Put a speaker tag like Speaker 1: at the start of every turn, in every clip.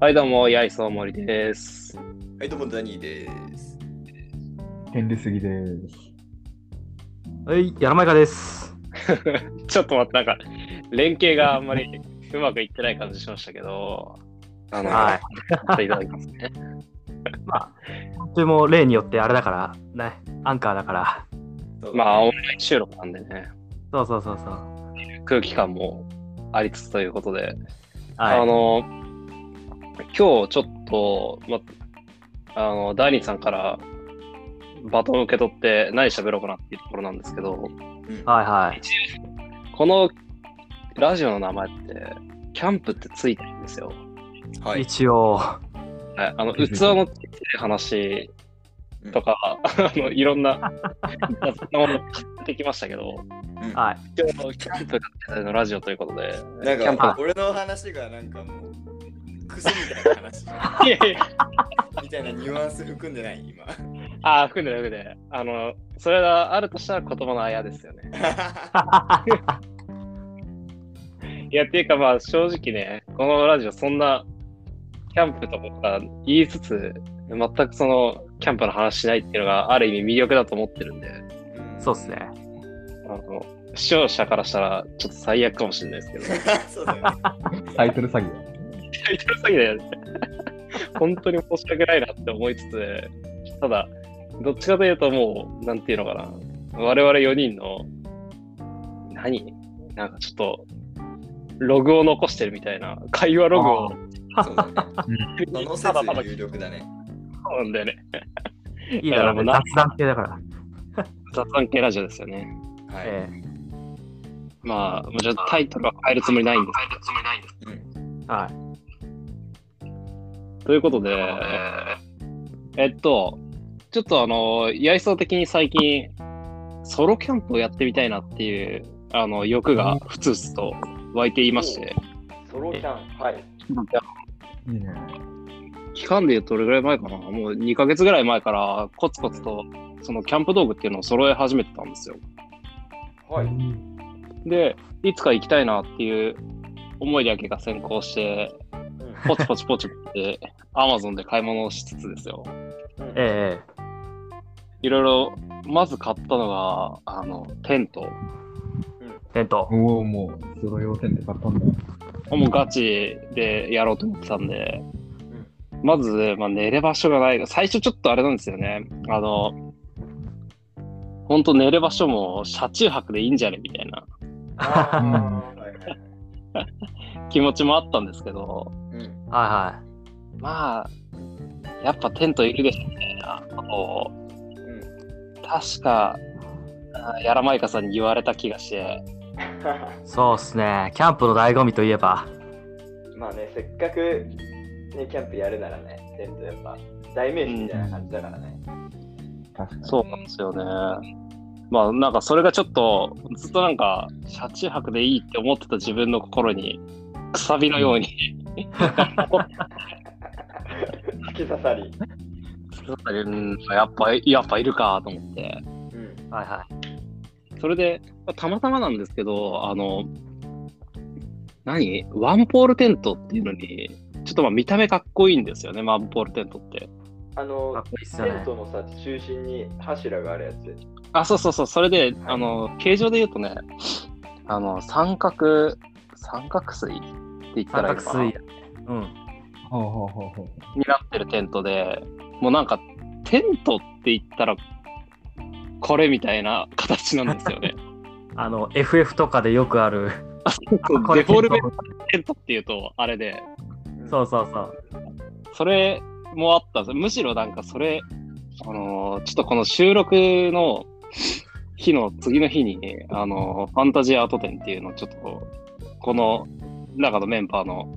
Speaker 1: はい、どうも、八重そう森です。
Speaker 2: はい、どうも、ダニーです。
Speaker 3: 変ですぎです。
Speaker 4: はい、やらまいかです。
Speaker 1: ちょっと待って、なんか、連携があんまりうまくいってない感じしましたけど、あの、
Speaker 4: はい。
Speaker 1: やっていただきますね。
Speaker 4: 今週も例によってあれだから、ね、アンカーだから。
Speaker 2: そう
Speaker 1: まあ、オンライン収録なんでね、
Speaker 4: そうそうそうそう。
Speaker 1: 空気感もありつつということで、あ
Speaker 4: はい。
Speaker 1: の、今日ちょっと、ま、あの、ダーニーさんからバトンを受け取って何喋ろうかなっていうところなんですけど、
Speaker 4: はいはい。
Speaker 1: このラジオの名前って、キャンプってついてるんですよ。
Speaker 2: はい。
Speaker 4: 一応、
Speaker 1: はい、あの
Speaker 3: うん
Speaker 1: 器の小さい話とか、 あのいろんな雑なもの買ってきましたけど、
Speaker 2: うん
Speaker 4: はい。
Speaker 1: 今日のキャンプのラジオということで、キャ
Speaker 2: な
Speaker 1: ン
Speaker 2: ん
Speaker 1: プ
Speaker 2: か、俺の話がなんかもう、クソみたいな話
Speaker 1: いやいや
Speaker 2: みたいなニュアンス含んでない、今。
Speaker 1: ああ、含んでる含んでる。あの、それがあるとしたら言葉のあやですよね。いや、っていうかまあ正直ね、このラジオそんなキャンプとか言いつつ、全くそのキャンプの話しないっていうのがある意味魅力だと思ってるんで、
Speaker 4: そうっす。ね。
Speaker 1: あの視聴者からしたらちょっと最悪かもしれないですけど。
Speaker 2: そうだよね。
Speaker 3: タイトル詐欺
Speaker 1: タイトル詐欺だよね。本当に申し訳ないなって思いつつ、ただ、どっちかというともう、なんていうのかな、我々4人の、何なんかちょっと、ログを残してるみたいな、会話ログを、
Speaker 2: そうだね。その
Speaker 1: ただただ
Speaker 2: 説有力だね。
Speaker 1: そうなんだよね。
Speaker 4: いいだろうね。
Speaker 1: な
Speaker 4: 雑談系だから。
Speaker 1: 雑談系ラジオですよね。
Speaker 2: はい。
Speaker 4: え
Speaker 1: まあ、もうちょっとタイトルは変えるつもりないんです。
Speaker 2: うん
Speaker 4: えはい。
Speaker 1: ということで、えっと、ちょっとあの、八重想的に最近、ソロキャンプをやってみたいなっていう、あの、欲がふつふつと湧いていまして、
Speaker 2: ソロキャン、はい。
Speaker 3: いいね。
Speaker 1: 期間で言うとどれぐらい前かな、もう2ヶ月ぐらい前から、コツコツと、そのキャンプ道具っていうのを揃え始めてたんですよ。
Speaker 2: はい。
Speaker 1: で、いつか行きたいなっていう思いだけが先行して、ポチポチポチって、アマゾンで買い物をしつつですよ。
Speaker 4: ええ
Speaker 1: いろいろ、まず買ったのが、あの、テント。
Speaker 4: テント。
Speaker 3: おお、もう、ソロ用点で買ったんだ。
Speaker 1: もうガチでやろうと思ってたんで、
Speaker 2: ん
Speaker 1: まず、まあ、寝る場所がない。最初ちょっとあれなんですよね。あの、ほんと寝る場所も車中泊でいいんじゃねみたいな
Speaker 2: あーはいはい
Speaker 1: 気持ちもあったんですけど、
Speaker 2: うん
Speaker 4: は
Speaker 1: まあ、やっぱテントいるでしょみたいなことを、確か、あやらまいかさんに言われた気がして、
Speaker 4: いはい。そうっすね。キャンプの醍醐味といえば。
Speaker 5: まあね、せっかく、ね、キャンプやるならね、テントやっぱ、代名詞みたいな感じだからね。
Speaker 3: 確かに。
Speaker 1: そうなんですよね。まあなんかそれがちょっとずっとなんか車中泊でいいって思ってた自分の心にくさびのように
Speaker 5: 突き刺さり。
Speaker 1: うんやっぱやっぱいるかと思って
Speaker 2: うん
Speaker 4: はいはい。
Speaker 1: それでまあたまたまなんですけどあの何ワンポールテントっていうのにちょっとまあ見た目かっこいいんですよねワンポールテントって
Speaker 5: あ
Speaker 4: かっ
Speaker 5: の、
Speaker 4: こいいっすよ
Speaker 5: テン
Speaker 4: ね。
Speaker 5: トのさ、中心に柱があるやつ。
Speaker 1: あそうそうそうそれであの形状で言うとねあの三角三角錐って言った
Speaker 4: 三
Speaker 1: らいいの
Speaker 4: 角
Speaker 1: かな
Speaker 4: 錐。うん。
Speaker 3: ほうほうほうほう。
Speaker 1: になってるテントで、もうなんか、テントって言ったら、これみたいな形なんです よね。
Speaker 4: あの、FF とかでよくある。こ
Speaker 1: デ
Speaker 4: れ
Speaker 1: フォルメ
Speaker 4: テン
Speaker 1: テントっていうと、あれで、
Speaker 4: トそうそうそう。
Speaker 1: それもあったんですむしろなんかそれ、あのーちょっとこの収録の日の次の日に、あのーファンタジーアート展っていうのをちょっと、この中のメンバーの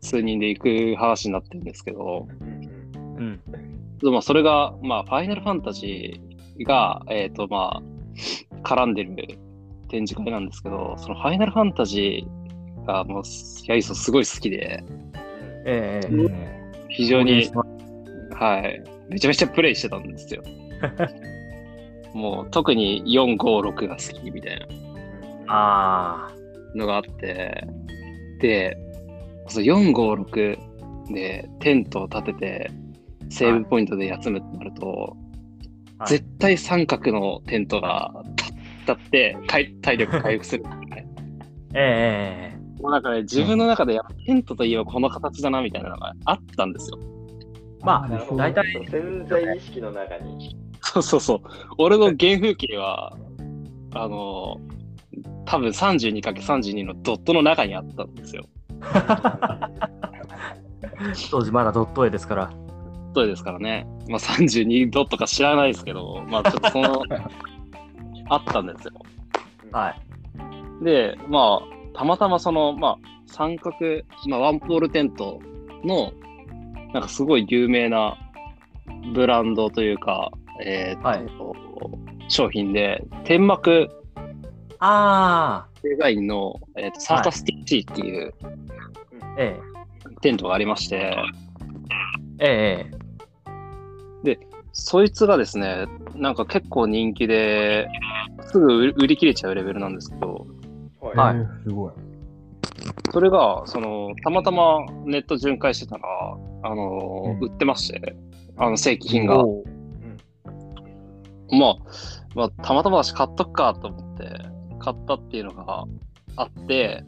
Speaker 1: 数人で行く話になってるんですけど、
Speaker 2: うん
Speaker 4: うん。
Speaker 1: でまあ、それが、まあ、ファイナルファンタジーが、えっ、と、まあ、絡んでる展示会なんですけど、そのファイナルファンタジーが、もう、ヤイソすごい好きで、
Speaker 4: ええ
Speaker 3: いいね。
Speaker 1: 非常に、はい、めちゃめちゃプレイしてたんですよ。もう、特に4、5、6が好きみたいな
Speaker 4: ああ。
Speaker 1: のがあって、で、その4、5、6、でテントを立ててセーブポイントで休むってなると、
Speaker 4: はい
Speaker 1: 絶対三角のテントが立立って体体力回復するんですよね
Speaker 4: ええ
Speaker 1: もうなんかね自分の中でやっぱテントといえばこの形だなみたいなのがあったんですよ。
Speaker 4: まあ
Speaker 5: なるほど
Speaker 4: 大体
Speaker 5: そう潜在意識の中に。
Speaker 1: そうそうそう。俺の原風景は、あの、多分 32×32 のドットの中にあったんですよ。
Speaker 4: 当時まだドット絵ですから。
Speaker 1: ドットですからね。まあ32ドットか知らないですけど、まあちょっとその、あったんですよ。
Speaker 4: はい。
Speaker 1: で、まあ、たまたまその、まあ、三角、まあ、ワンポールテントの、なんかすごい有名なブランドというか、えーっと、
Speaker 4: はい
Speaker 1: 商品で、天幕
Speaker 4: あ
Speaker 1: デザインの、えーっとサータスティッチっていう、
Speaker 4: あ、え
Speaker 1: テントがありまして、
Speaker 4: えええ
Speaker 1: そいつがですね、なんか結構人気で、すぐ売り売り切れちゃうレベルなんですけど、
Speaker 5: はい
Speaker 4: はい
Speaker 3: えーすごい。
Speaker 1: それが、その、たまたまネット巡回してたら、あの、
Speaker 3: うん
Speaker 1: 売ってまして、あの、正規品が。
Speaker 4: おう
Speaker 1: まあ、まあ、たまたまだし買っとくかと思って、買ったっていうのがあって、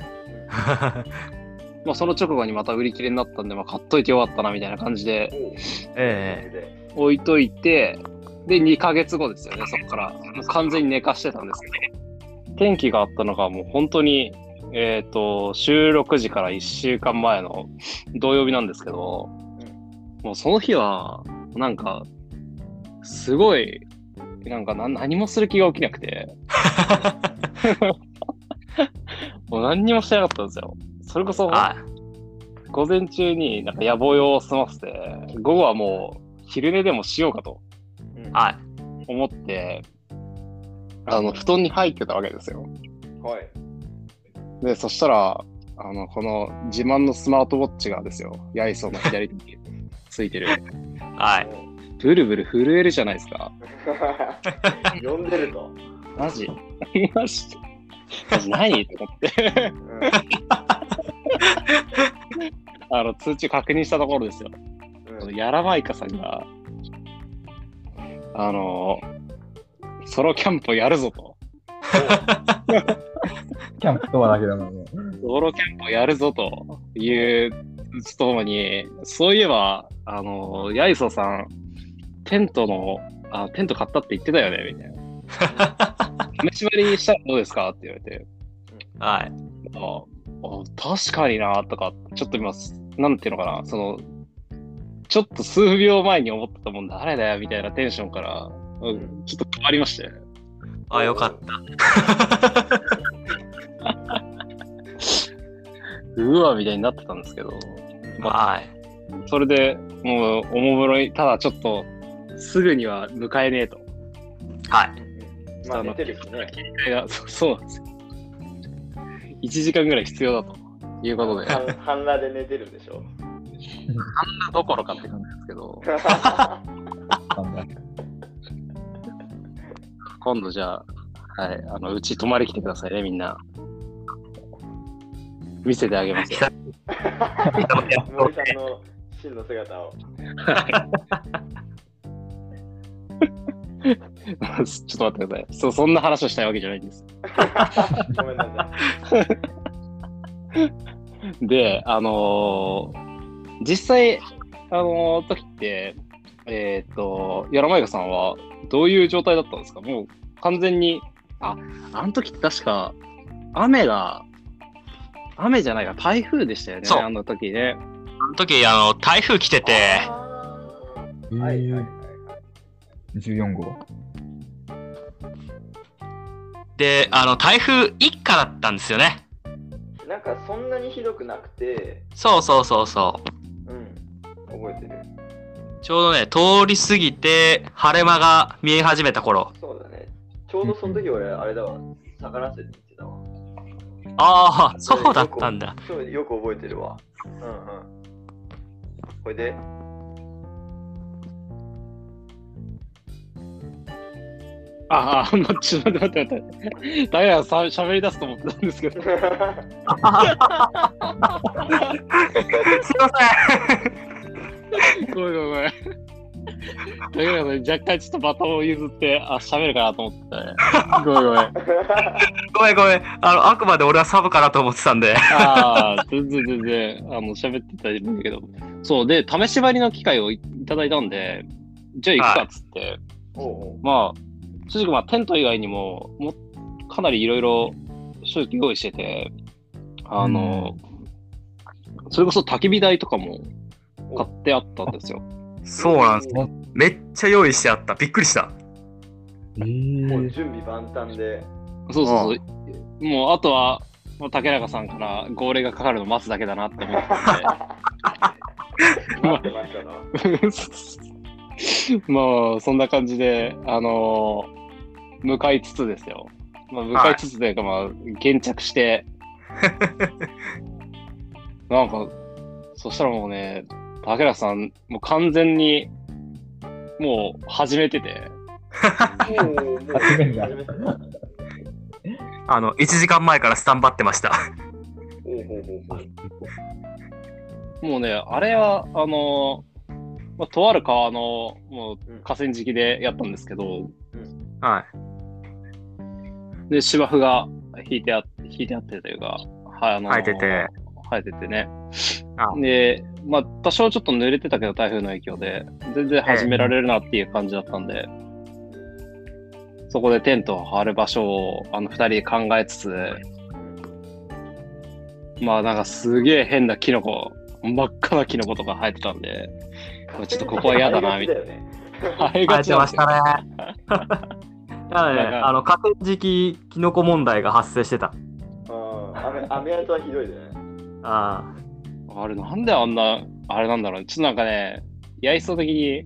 Speaker 1: まあ、その直後にまた売り切れになったんで、まあ、買っといてよかったな、みたいな感じで
Speaker 5: おう
Speaker 4: ええ
Speaker 1: 置いといて、で、2ヶ月後ですよね、そこから。もう完全に寝かしてたんですけど、天気があったのがもう本当に、えっ、と、収録時から1週間前の土曜日なんですけど、もうその日は、なんか、すごい、なんか何何もする気が起きなくて、もう何にもしてなかったんですよ。それこそ、
Speaker 4: は
Speaker 1: 午前中になんか野望用を済ませて、午後はもう昼寝でもしようかと
Speaker 4: い。はい。
Speaker 1: 思って、あの、布団に入ってたわけですよ。
Speaker 5: はい。
Speaker 1: で、そしたら、あの、この自慢のスマートウォッチがですよ、ヤイソンの左手についてる。
Speaker 4: はい。
Speaker 1: ブルブル震えるじゃないですか。
Speaker 5: おう 呼んでると。
Speaker 1: マジマジマジ何と思って、
Speaker 5: うん
Speaker 1: あの、通知確認したところですよ。
Speaker 5: うん。
Speaker 1: ヤラマイカさんが、あの、ソロキャンプをやるぞと。
Speaker 3: キャンプとはだけだもんね。
Speaker 1: ソロキャンプをやるぞというとともに、そういえば、あの、ヤイソさん、テントの、あ、テント買ったって言ってたよね、みたいな。試し張りにしたらどうですかって言われて、
Speaker 4: はい。
Speaker 1: ああ確かにな、とか、ちょっと今、なんていうのかな、その、ちょっと数秒前に思ってたもん、誰だよ、みたいなテンションから、うん、ちょっと変わりまして。
Speaker 4: あ、よかった
Speaker 1: うわ、みたいになってたんですけど、
Speaker 4: た。はい。
Speaker 1: それでもうおもむろに、ただちょっと、すぐには迎えねえと。
Speaker 4: はい。
Speaker 5: まあ、寝てるしね。
Speaker 1: いや、そそうなんですよ。1時間ぐらい必要だということで、
Speaker 5: 半半裸で寝てるで しょ。
Speaker 1: どころかって感じですけど、
Speaker 3: なんだ
Speaker 1: 今度じゃあ、はい、あのうち泊まり来てくださいね、みんな。見せてあげ ますよ。
Speaker 5: 森さんの真の姿を。
Speaker 1: ちょっと待ってください。そうそんな話をしたいわけじゃないんです。
Speaker 5: ごめんな さ
Speaker 1: で、あのー実際、あのー時って、えーっと、ヤラマイカさんはどういう状態だったんですかもう完全に、あ、あの時って確か、雨が、雨じゃないか、台風でしたよね、
Speaker 4: そう
Speaker 1: あの時ね。
Speaker 4: あの時、あの、台風来て
Speaker 5: い。
Speaker 4: て、
Speaker 5: あ
Speaker 3: え
Speaker 5: ーはいはいはい
Speaker 3: ー、14号。
Speaker 4: で、あの、台風一過だったんですよね。
Speaker 5: はい。なんかそんなにひどくなくて、
Speaker 4: そうそうそうそう。
Speaker 5: うん、覚えてる。
Speaker 4: ちょうどね、通り過ぎて、晴れ間が見え始めた頃。
Speaker 5: そうだね。ちょうどその時俺、あれだわ。逆らせに行ってたわ。
Speaker 4: ああ、そうだったんだ。。
Speaker 5: そう、よく覚えてるわ。うんうん。これで、
Speaker 1: ああ、まちょっと待って待って待って。ダイヤさ喋り出すと思ってたんですけど。
Speaker 4: すいま
Speaker 1: ごめんごめんごめん。ダイヤさん、若干ちょっとバトンを譲って、あ、喋るかなと思ってたね。ごめんごめん。
Speaker 4: せん。ごめんごめん。あの、あくまで俺はサブかなと思ってたんで。
Speaker 1: ああ、全然全然、あの、喋ってたんだけど。そう、で、試し張りの機会をいいただいたんで、じゃあ行くかっつって、
Speaker 2: おうおう
Speaker 1: まあ、正直まあ、テント以外にも、もうかなりいろいろ正直用意してて、あの、それこそ焚き火台とかも買ってあったんですよ。
Speaker 4: そうなんです。めっちゃ用意してあった。びっくりした。
Speaker 3: え
Speaker 5: もう
Speaker 3: ー、
Speaker 5: 準備万端で。
Speaker 1: そうそうそう。もう、あとは、もう竹中さんから号令がかかるの待つだけだなって思ってたんで。
Speaker 5: 待ってましたの。
Speaker 1: まあそんな感じで、あのー向かいつつですよ。まあ、向かいつつというか、まあ、現着して、なんか、そしたらもうね、竹田さん、もう完全に、もう始めてて、
Speaker 5: もう、もう、
Speaker 3: 初めてだ
Speaker 5: 初めてだ
Speaker 4: あの、1時間前からスタンバってました。
Speaker 5: おうおうおうおう
Speaker 1: もうね、あれは、あのーまあ、とある川の、もう河川敷でやったんですけど、
Speaker 4: はい。
Speaker 1: で、芝生が引いてあ引いてあってというか、はい、あのー
Speaker 4: 生えてて。
Speaker 1: 生えててね
Speaker 4: あ。
Speaker 1: で、まあ、多少ちょっと濡れてたけど、台風の影響で、全然始められるなっていう感じだったんで、そこでテントを張る場所を、あの、二人で考えつつ、まあ、なんかすげえ変なキノコ、真っ赤なキノコとか生えてたんで、まあちょっとここは嫌だな、みたい
Speaker 5: いな。
Speaker 1: な。生え
Speaker 4: 生え
Speaker 1: がち
Speaker 4: て
Speaker 1: なん
Speaker 4: ま
Speaker 1: です
Speaker 4: し
Speaker 1: よ
Speaker 4: たね。だか
Speaker 1: な
Speaker 4: ら
Speaker 1: ん
Speaker 4: ね、
Speaker 1: か
Speaker 4: あの、河川敷、キノコ問題が発生してた。
Speaker 5: うん、雨雨跡はひどいね。
Speaker 4: あ
Speaker 1: あれ、なんであんな、あれなんだろうね。ちょっとなんかね、やいそう的に、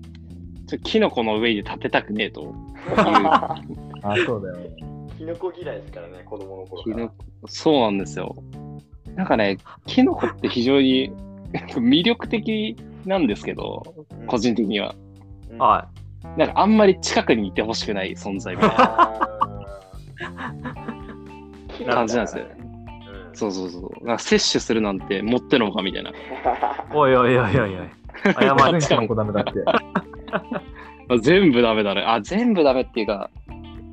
Speaker 1: ちょっとキノコの上に立てたくねえと。
Speaker 3: あ、そうだよ。
Speaker 5: キノコ嫌いですからね、子供の頃
Speaker 1: キ
Speaker 5: から。
Speaker 1: ノコそうなんですよ。なんかね、キノコって非常に魅力的なんですけど、
Speaker 5: うん
Speaker 1: 個人的には。
Speaker 5: うん
Speaker 4: あ。はい。
Speaker 1: なんかあんまり近くにいてほしくない存在みたいな。
Speaker 5: あ ー
Speaker 1: 感じなんですよそうそうそう。なんか摂取するなんて持ってのほかみたいな。
Speaker 4: おいおいおいおいおい。謝
Speaker 3: マ
Speaker 4: る
Speaker 3: ジ。かの子ダメだって。
Speaker 1: まあ全部ダメだね。あ、全部ダメっていうか、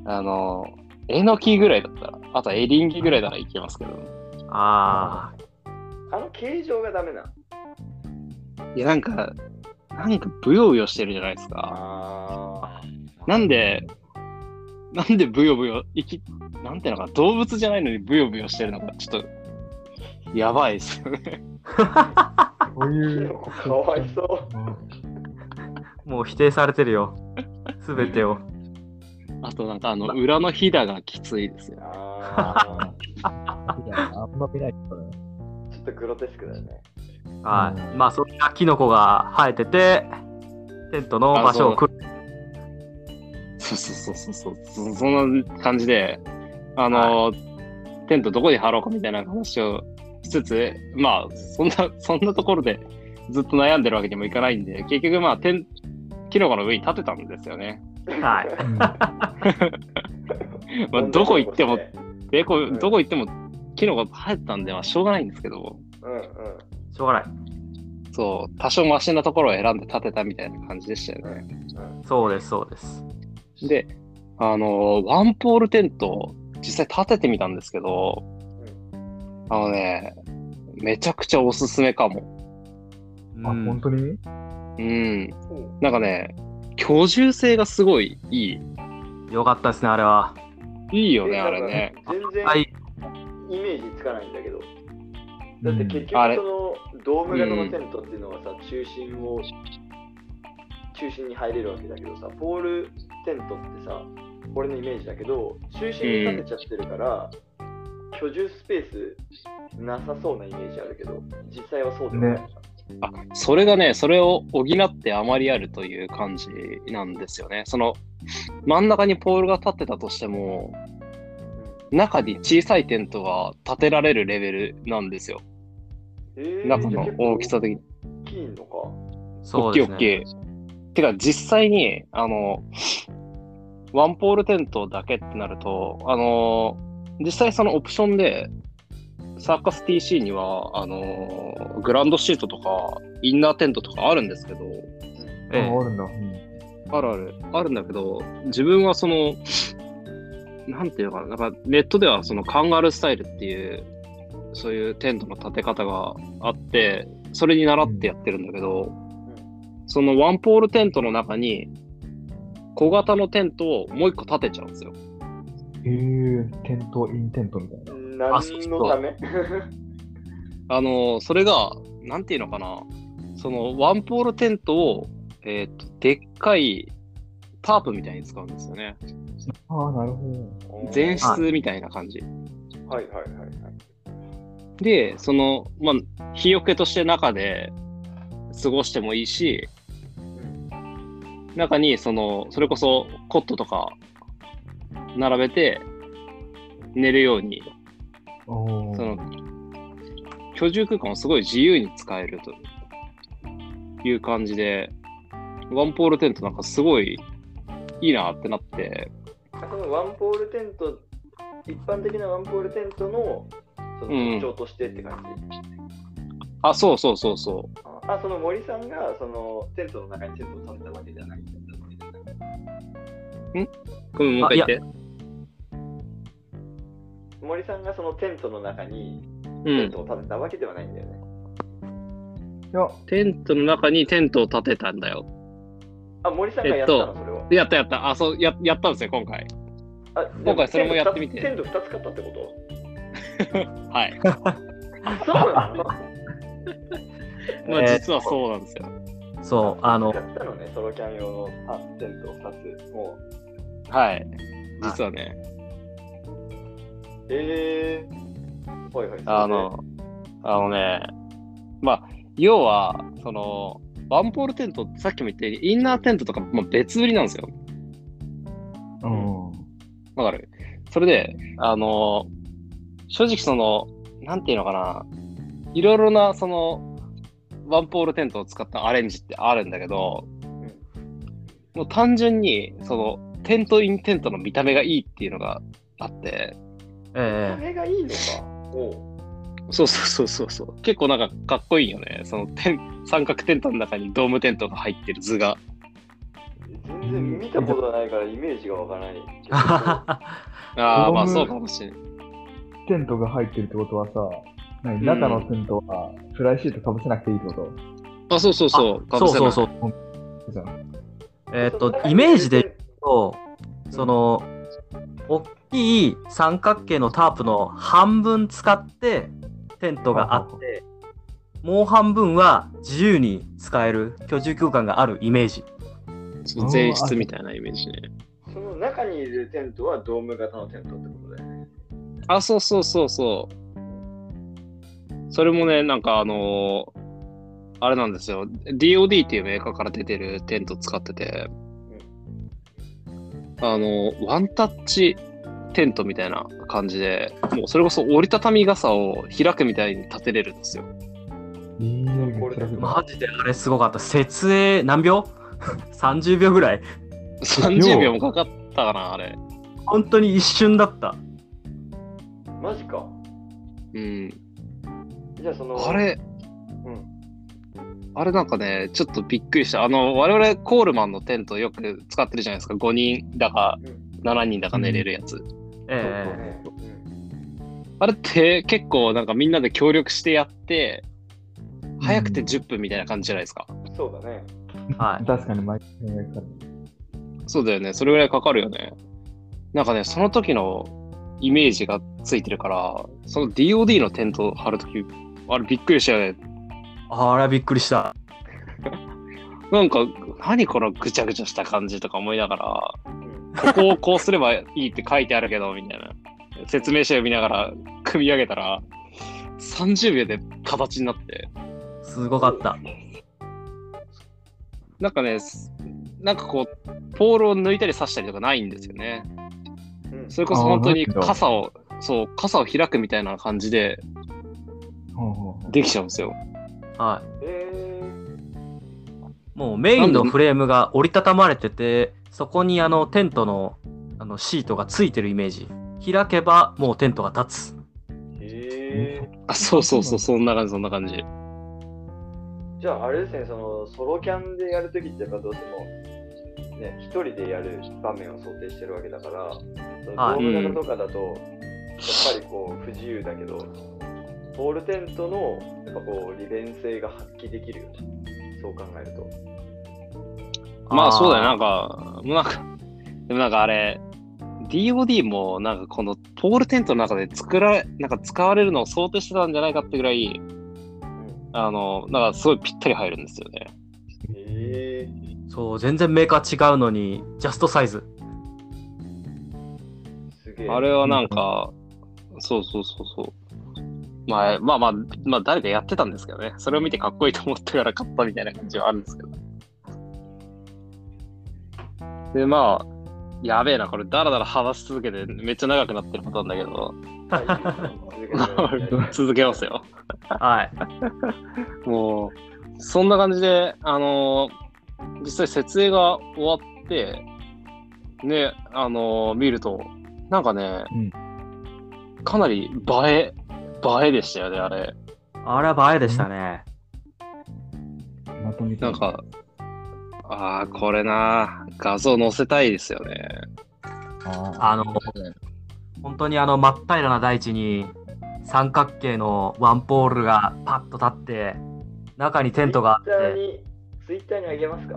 Speaker 1: あの、えのきぐらいだったら、あとはエリンギぐらいならいけますけど。
Speaker 4: あ
Speaker 5: あの形状がダメない
Speaker 1: や、なんか、なんかブヨブヨしてるじゃないですか。
Speaker 5: あ
Speaker 1: なんで、なんでブヨブヨ、生き、なんていうのか、動物じゃないのにブヨブヨしてるのか、ちょっと、やばいですよね。
Speaker 5: キノ
Speaker 3: こういう。
Speaker 5: コかわいそう
Speaker 4: あ、もう否定されてるよ。すべてを。
Speaker 1: あとなんか、あの、裏のひだがきついですよ。
Speaker 5: あ
Speaker 3: あんま見ないからね。
Speaker 5: ーちょっとグロテスクだよね
Speaker 4: はい。まあ、そんなキノコが生えてて、テントの場所をく
Speaker 1: そうそうそうそうそう、そそんな感じで、あの、テントどこに張ろうかみたいな話をしつつ、まあ、そんな、そんなところでずっと悩んでるわけにもいかないんで、結局まあ、テン、キノコの上に立てたんですよね。
Speaker 4: はい。
Speaker 3: うん
Speaker 1: まあ、どこ行っても、
Speaker 5: う
Speaker 1: でこ
Speaker 5: ん
Speaker 1: どこ行ってもキノコ生えてたんで、まあ、しょうがないんですけど、
Speaker 5: んうん
Speaker 4: しょうがない。
Speaker 1: そう、多少マシなところを選んで建てたみたいな感じでしたよね。
Speaker 4: そうです、そうです。
Speaker 1: で、あのーワンポールテント、実際建ててみたんですけど、あのね、めちゃくちゃおすすめかも。
Speaker 4: う
Speaker 3: あ、本
Speaker 4: ん、
Speaker 3: 当に
Speaker 1: うん。
Speaker 5: うん
Speaker 1: なんかね、居住性がすごいいい。
Speaker 4: よかったですね、あれは。
Speaker 1: いいよね、あれね。
Speaker 5: 全然
Speaker 4: はい。
Speaker 5: イメージつかないんだけどだって結局
Speaker 1: あれ
Speaker 5: そのドーム型のテントっていうのはさ、中心を中心に入れるわけだけどさポールテントってさ俺のイメージだけど中心に立てちゃってるから、居住スペースなさそうなイメージあるけど実際はそうでもない、
Speaker 3: ね
Speaker 1: あ、それがね、それを補って余りあるという感じなんですよね。その、真ん中にポールが立ってたとしても、中に小さいテントが建てられるレベルなんですよ。
Speaker 5: えー
Speaker 1: 中の大きさ的に。
Speaker 5: 大きいのか
Speaker 4: そう
Speaker 1: 大きい
Speaker 4: です
Speaker 1: 大き
Speaker 4: ね。
Speaker 1: い。てか実際に、あの、ワンポールテントだけってなると、あのー実際そのオプションで、サーカス TC には、あのーグランドシートとか、インナーテントとかあるんですけど、
Speaker 4: ええ
Speaker 3: おるんだ。うん
Speaker 1: あるある、あるんだけど、自分はその、なんていうのかな、なんかネットではそのカンガルースタイルっていう、そういうテントの立て方があって、それに習ってやってるんだけど、そのワンポールテントの中に、小型のテントをもう一個立てちゃうんですよ。
Speaker 3: へえテント、インテントみたいな。
Speaker 4: あそう
Speaker 5: 何のため
Speaker 1: あの、それが、なんていうのかな、そのワンポールテントを、えーっと、でっかいタープみたいに使うんですよね。
Speaker 3: ああ、なるほ
Speaker 1: 全室みたいな感じ。
Speaker 5: はいはいはいはい。
Speaker 1: で、その、まあ、日よけとして中で過ごしてもいいし、中に、その、それこそコットとか並べて寝るように、
Speaker 3: ど。おお。
Speaker 1: その、居住空間をすごい自由に使えるという感じで、ワンポールテントなんかすごいいいなってなって、
Speaker 5: そのワンポールテント、一般的なワンポールテントのその特徴としてって感じ。
Speaker 1: あ、そうそうそうそ
Speaker 5: あ、その森さんがそのテントの中にテントを建てたわけじゃない。
Speaker 1: う。うん、もう一回言って。
Speaker 5: 森さんがそのテントの中に
Speaker 1: う
Speaker 5: テン
Speaker 1: ん。
Speaker 5: トを建てたわけではないんだよね。
Speaker 3: いや、
Speaker 1: テントの中にテントを建てたんだよ。
Speaker 5: あ、森さんがやったの、それを。
Speaker 1: やったやった。あ、そう、ややったんですよ、今回。
Speaker 5: あ
Speaker 1: 今回それもやってみて
Speaker 5: テント2つ買ったってこと
Speaker 1: はい。
Speaker 5: あ、そうなの
Speaker 1: まあ、
Speaker 4: えー
Speaker 1: 実はそうなんですよ。
Speaker 4: そう、あの
Speaker 5: 買、ったのね、ソロキャン用のあテント2つ。もう。
Speaker 1: はい。実はね、
Speaker 5: えー。はいはい。
Speaker 1: あの、あのね、まあ、要は、その、ワンポールテントってさっきも言ったように、インナーテントとか、まあ、別売りなんですよ。
Speaker 3: うん。
Speaker 1: わかるそれで、あの、正直その、なんていうのかな、いろいろな、その、ワンポールテントを使ったアレンジってあるんだけど、もう単純に、その、テントインテントの見た目がいいっていうのがあって、
Speaker 5: そ
Speaker 4: ええ
Speaker 5: れがいいのか。おう
Speaker 1: そうそうそうそうそう。結構なんかかっこいいよね。そのテン三角テントの中にドームテントが入ってる図が。
Speaker 5: 全然見たことないからイメージがわからないけど。
Speaker 1: ああ、まあ
Speaker 3: ドーム
Speaker 1: そうかもしれない。
Speaker 3: テントが入ってるってことはさ、何中のテントはフライシートかぶせなくていいってこ
Speaker 1: あ、そうそうそう。か
Speaker 4: あ そ
Speaker 1: ぶせ
Speaker 4: うそ
Speaker 1: な
Speaker 4: う
Speaker 1: い
Speaker 4: そう。
Speaker 3: とじゃん。
Speaker 4: えーっと、イメージで言うと、
Speaker 5: ん
Speaker 4: その、大きい三角形のタープの半分使ってテントがあって、もう半分は自由に使える居住空間があるイメージ。
Speaker 1: そう前室みたいなイメージね。
Speaker 5: その中にいるテントはドーム型のテントってことだよね。
Speaker 1: あ、そうそうそうそう。それもね、なんかあのーあれなんですよ。DOD っていうメーカーから出てるテント使ってて、あのーワンタッチテントみたいな感じで、もうそれこそ折りたたみ傘を開くみたいに立てれるんですよ。
Speaker 3: えー、
Speaker 5: これ
Speaker 4: マジであれすごかった。設営何秒 ?30 秒ぐらい。
Speaker 1: 30秒もかかったかな、あれ。
Speaker 4: 本当に一瞬だった。
Speaker 5: マジか。
Speaker 1: うん。
Speaker 5: じゃあその、
Speaker 1: あれ、
Speaker 5: うん、
Speaker 1: あれなんかね、ちょっとびっくりした。あの、我々コールマンのテントよく使ってるじゃないですか。5人だか
Speaker 5: うん
Speaker 1: 7人だか寝れるやつ。
Speaker 4: え
Speaker 5: そうそうね
Speaker 1: あれって結構なんかみんなで協力してやって、早くて10分みたいな感じじゃないですか。
Speaker 5: うんそうだね。
Speaker 4: えはい。
Speaker 3: 確かに毎回やるから。
Speaker 1: そうだよね。それぐらいかかるよね。なんかね、その時のイメージがついてるから、その DOD のテントを張るとき、あれびっくりしたよね。
Speaker 4: あれはびっくりした。
Speaker 1: なんか、何このぐちゃぐちゃした感じとか思いながら、ここをこうすればいいって書いてあるけど、みたいな。説明書読みながら組み上げたら、30秒で形になって。
Speaker 4: すごかった。
Speaker 1: なんかね、すなんかこう、ポールを抜いたり刺したりとかないんですよね。
Speaker 5: うん
Speaker 1: それこそ本当に
Speaker 3: あーないんだ
Speaker 1: 傘を、そう、傘を開くみたいな感じで
Speaker 3: ほうほうほう
Speaker 1: できちゃうんですよ。
Speaker 4: はい。
Speaker 5: え
Speaker 4: もうメインのフレームが折りたたまれてて、そこにあのテントののシートがついてるイメージ開けばもうテントが立つ
Speaker 5: へえ。
Speaker 1: あ、そうそうそう、そんな感じ、そんな感じ。
Speaker 5: じゃあ、あれですね、そのソロキャンでやるときって、やっぱどうしても、ね、一人でやる場面を想定してるわけだから、その
Speaker 4: はい
Speaker 5: ドーム型とかだと、やっぱりこう、不自由だけど、ポールテントの、やっぱこう、利便性が発揮できるよね。そう考えると。
Speaker 1: まあそうだよ、
Speaker 4: な
Speaker 1: なんか、もうなんか、でもなんかあれ、DOD もなんかこのポールテントの中で作られ、なんか使われるのを想定してたんじゃないかってぐらい、あの、なんかすごいぴったり入るんですよね。
Speaker 5: へえ。
Speaker 4: そう全然メーカー違うのにジャストサイズ
Speaker 5: すげえ。
Speaker 1: あれはなんか、そうそうそうそう。まあまあまあ、まあ誰かやってたんですけどね。それを見てかっこいいと思ったから買ったみたいな感じはあるんですけど。で、まあ、やべえな、これだらだら話し続けてめっちゃ長くなってることなんだけど、
Speaker 5: はい続け て
Speaker 1: 続けますよ。
Speaker 4: はい
Speaker 1: もう、そんな感じで、あのー実際設営が終わって、ね、あのー見ると、なんかね、
Speaker 3: うん
Speaker 1: かなり映え、映えでしたよね、あれ。
Speaker 4: あれは映えでしたね
Speaker 3: まとめて
Speaker 1: なんか、ああ、これな、画像載せたいですよね。
Speaker 4: あの本当にあの真っ平らな大地に三角形のワンポールがパッと立って中にテントがあっ
Speaker 5: ツイッター
Speaker 4: て
Speaker 5: に、ツイッターにあげますか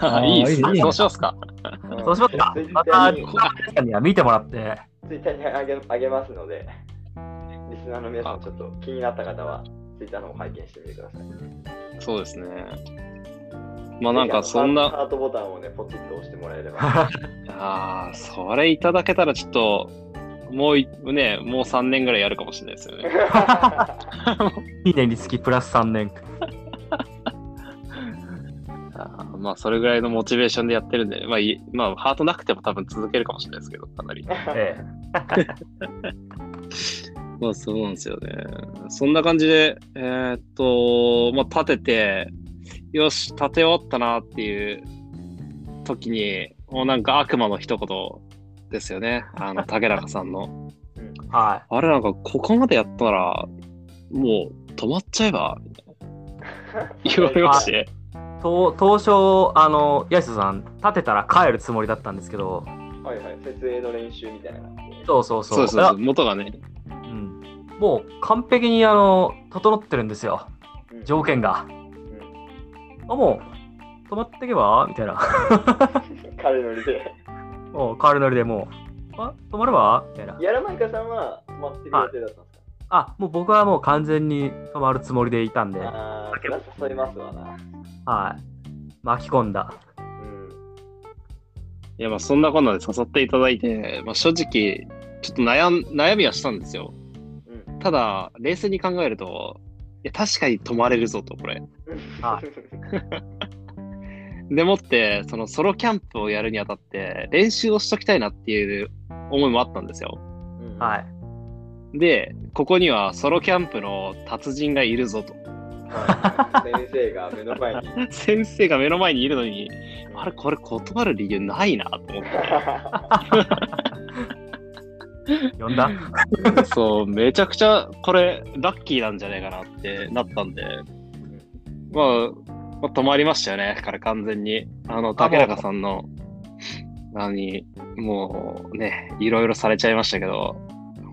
Speaker 3: あー
Speaker 1: いいです
Speaker 3: いいね
Speaker 1: そうしますか。
Speaker 4: そうしますか
Speaker 5: ツイッ
Speaker 4: ま
Speaker 5: タ
Speaker 4: た
Speaker 5: ーに
Speaker 4: 皆さんには見てもらって
Speaker 5: ツイッターにあげあげますので、リスナーの皆さん、ちょっと気になった方は、ツイッターの方拝見してみてください。
Speaker 1: そうですね。まあなんかそん
Speaker 5: ぜひあ
Speaker 1: な、
Speaker 5: のハートボタンをね、ポチッと押してもらえ れば。
Speaker 1: ああ、それいただけたらちょっと、もういね、もう3年ぐらいやるかもしれないですよね。
Speaker 4: 2年につきプラス3年
Speaker 1: あーまあそれぐらいのモチベーションでやってるんで、まあ、いまあハートなくても多分続けるかもしれないですけど、かなり。
Speaker 4: ええ
Speaker 1: まあそうなんですよね。そんな感じで、えーっと、まあ立てて、よし、立て終わったなっていう時に、もうなんか悪魔の一言ですよね。あ の、竹中さんの。
Speaker 4: は
Speaker 1: あれなんか、ここまでやったら、もう止まっちゃえば、 言われまして。
Speaker 4: いと当初あの八重さん立てたら帰るつもりだったんですけど
Speaker 5: はいはい、設営の練習みたいな感じで。
Speaker 4: そうそう
Speaker 1: そ
Speaker 4: そうう
Speaker 1: そうそう、元がね。
Speaker 4: うんもう完璧にあの整ってるんですよ
Speaker 5: うん
Speaker 4: 条件が、あもう止まってけばみたいな
Speaker 5: 彼のりで。
Speaker 4: もうカールノリでもう、あ、止まればみたいな。
Speaker 5: やらまいかさんは待ってる予定だったんですか
Speaker 4: あ、もう僕はもう完全に止まるつもりでいたんで、は
Speaker 5: ああ、それは誘いますわな。
Speaker 4: い。巻き込んだ。
Speaker 5: うん。
Speaker 1: いやまあそんなこんなで誘っていただいて、まあ、正直ちょっと悩ん悩みはしたんですよ
Speaker 5: う
Speaker 1: ただ冷静に考えるといや確かに泊まれるぞとこれ
Speaker 4: は
Speaker 1: でもってそのソロキャンプをやるにあたって練習をしときたいなっていう思いもあったんですよ
Speaker 5: うん
Speaker 4: はい。
Speaker 1: でここにはソロキャンプの達人がいるぞと
Speaker 5: 先生が目の前 に。
Speaker 1: 先生が目の前にいるのにあれこれ断る理由ないなと思って
Speaker 4: 呼 んだ。
Speaker 1: そう、めちゃくちゃこれ、ラッキーなんじゃないかなってなったんで、まあ、まあ、止まりましたよね、から完全に。あの、竹中さんの、何、もうね、いろいろされちゃいましたけど、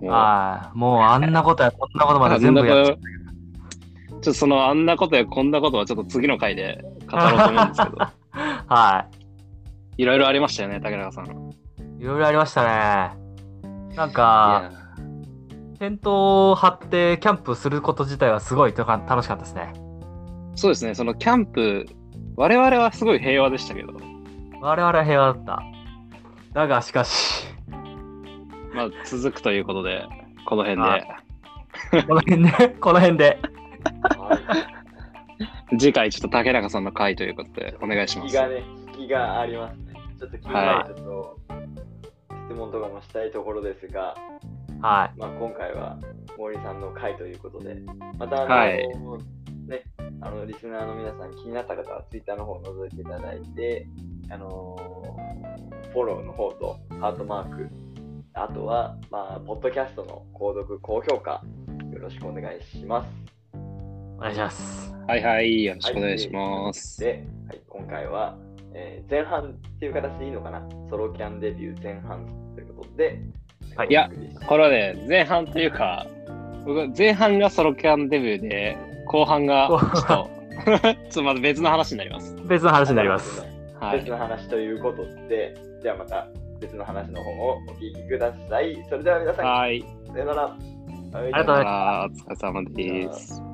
Speaker 1: もう
Speaker 4: はい。もうあんなことやこんなことま
Speaker 1: あ
Speaker 4: で
Speaker 1: ん
Speaker 4: 全
Speaker 1: な
Speaker 4: 部
Speaker 1: こ
Speaker 4: やっ
Speaker 1: と
Speaker 4: ちゃ
Speaker 1: ちょっとそのあんなことやこんなことはちょっと次の回で語ろうと思うんです けど、
Speaker 4: う。はい
Speaker 1: ろいろありましたよね、竹中さん。
Speaker 4: い。いろいろありましたね。なん
Speaker 1: い
Speaker 4: か、
Speaker 1: や
Speaker 4: テントを張ってキャンプすること自体はすごいとか楽しかったですね。
Speaker 1: そうですね、そのキャンプ、我々はすごい平和でしたけど、
Speaker 4: 我々は平和だった。だがしかし、
Speaker 1: まあ、続くということで、この辺
Speaker 4: は
Speaker 1: で
Speaker 4: い。この辺で、この辺で。
Speaker 5: はい
Speaker 1: 次回ちょっと竹中さんの回ということでお願いしま
Speaker 5: 引き
Speaker 1: す。
Speaker 5: がね、引きがありますね。ちょっと気にな
Speaker 1: は
Speaker 5: る、ちょっと質問とかもしたいところですが、
Speaker 4: は
Speaker 5: まあ、今回は森さんの回ということで、またあの、
Speaker 1: はい
Speaker 5: ね、あのリスナーの皆さん気になった方は Twitter の方を覗いていただいて、あのーフフォローの方と、ハートマーク、あとは、まあ、ポッドキャストの購読、高評価、よろしくお願いします。
Speaker 4: お願いします。
Speaker 1: はいはい、よろしくお願いします。
Speaker 5: で、はい、今回は、えー前半っていう形でいいのかなソロキャンデビュー前半ということで、
Speaker 4: はい
Speaker 1: いや
Speaker 5: お送りし
Speaker 1: これはね、前半というか、僕前半がソロキャンデビューで、後半がちょっと、 ちょっとまた別の話になります。
Speaker 4: 別の話になります。。
Speaker 1: は
Speaker 5: 別
Speaker 1: い。
Speaker 5: の話ということで、ではまた別の話の方をお聞きください。それでは皆さん、
Speaker 1: はい。
Speaker 5: さよなら。あり
Speaker 4: がとうございました
Speaker 1: あーお疲れ様です。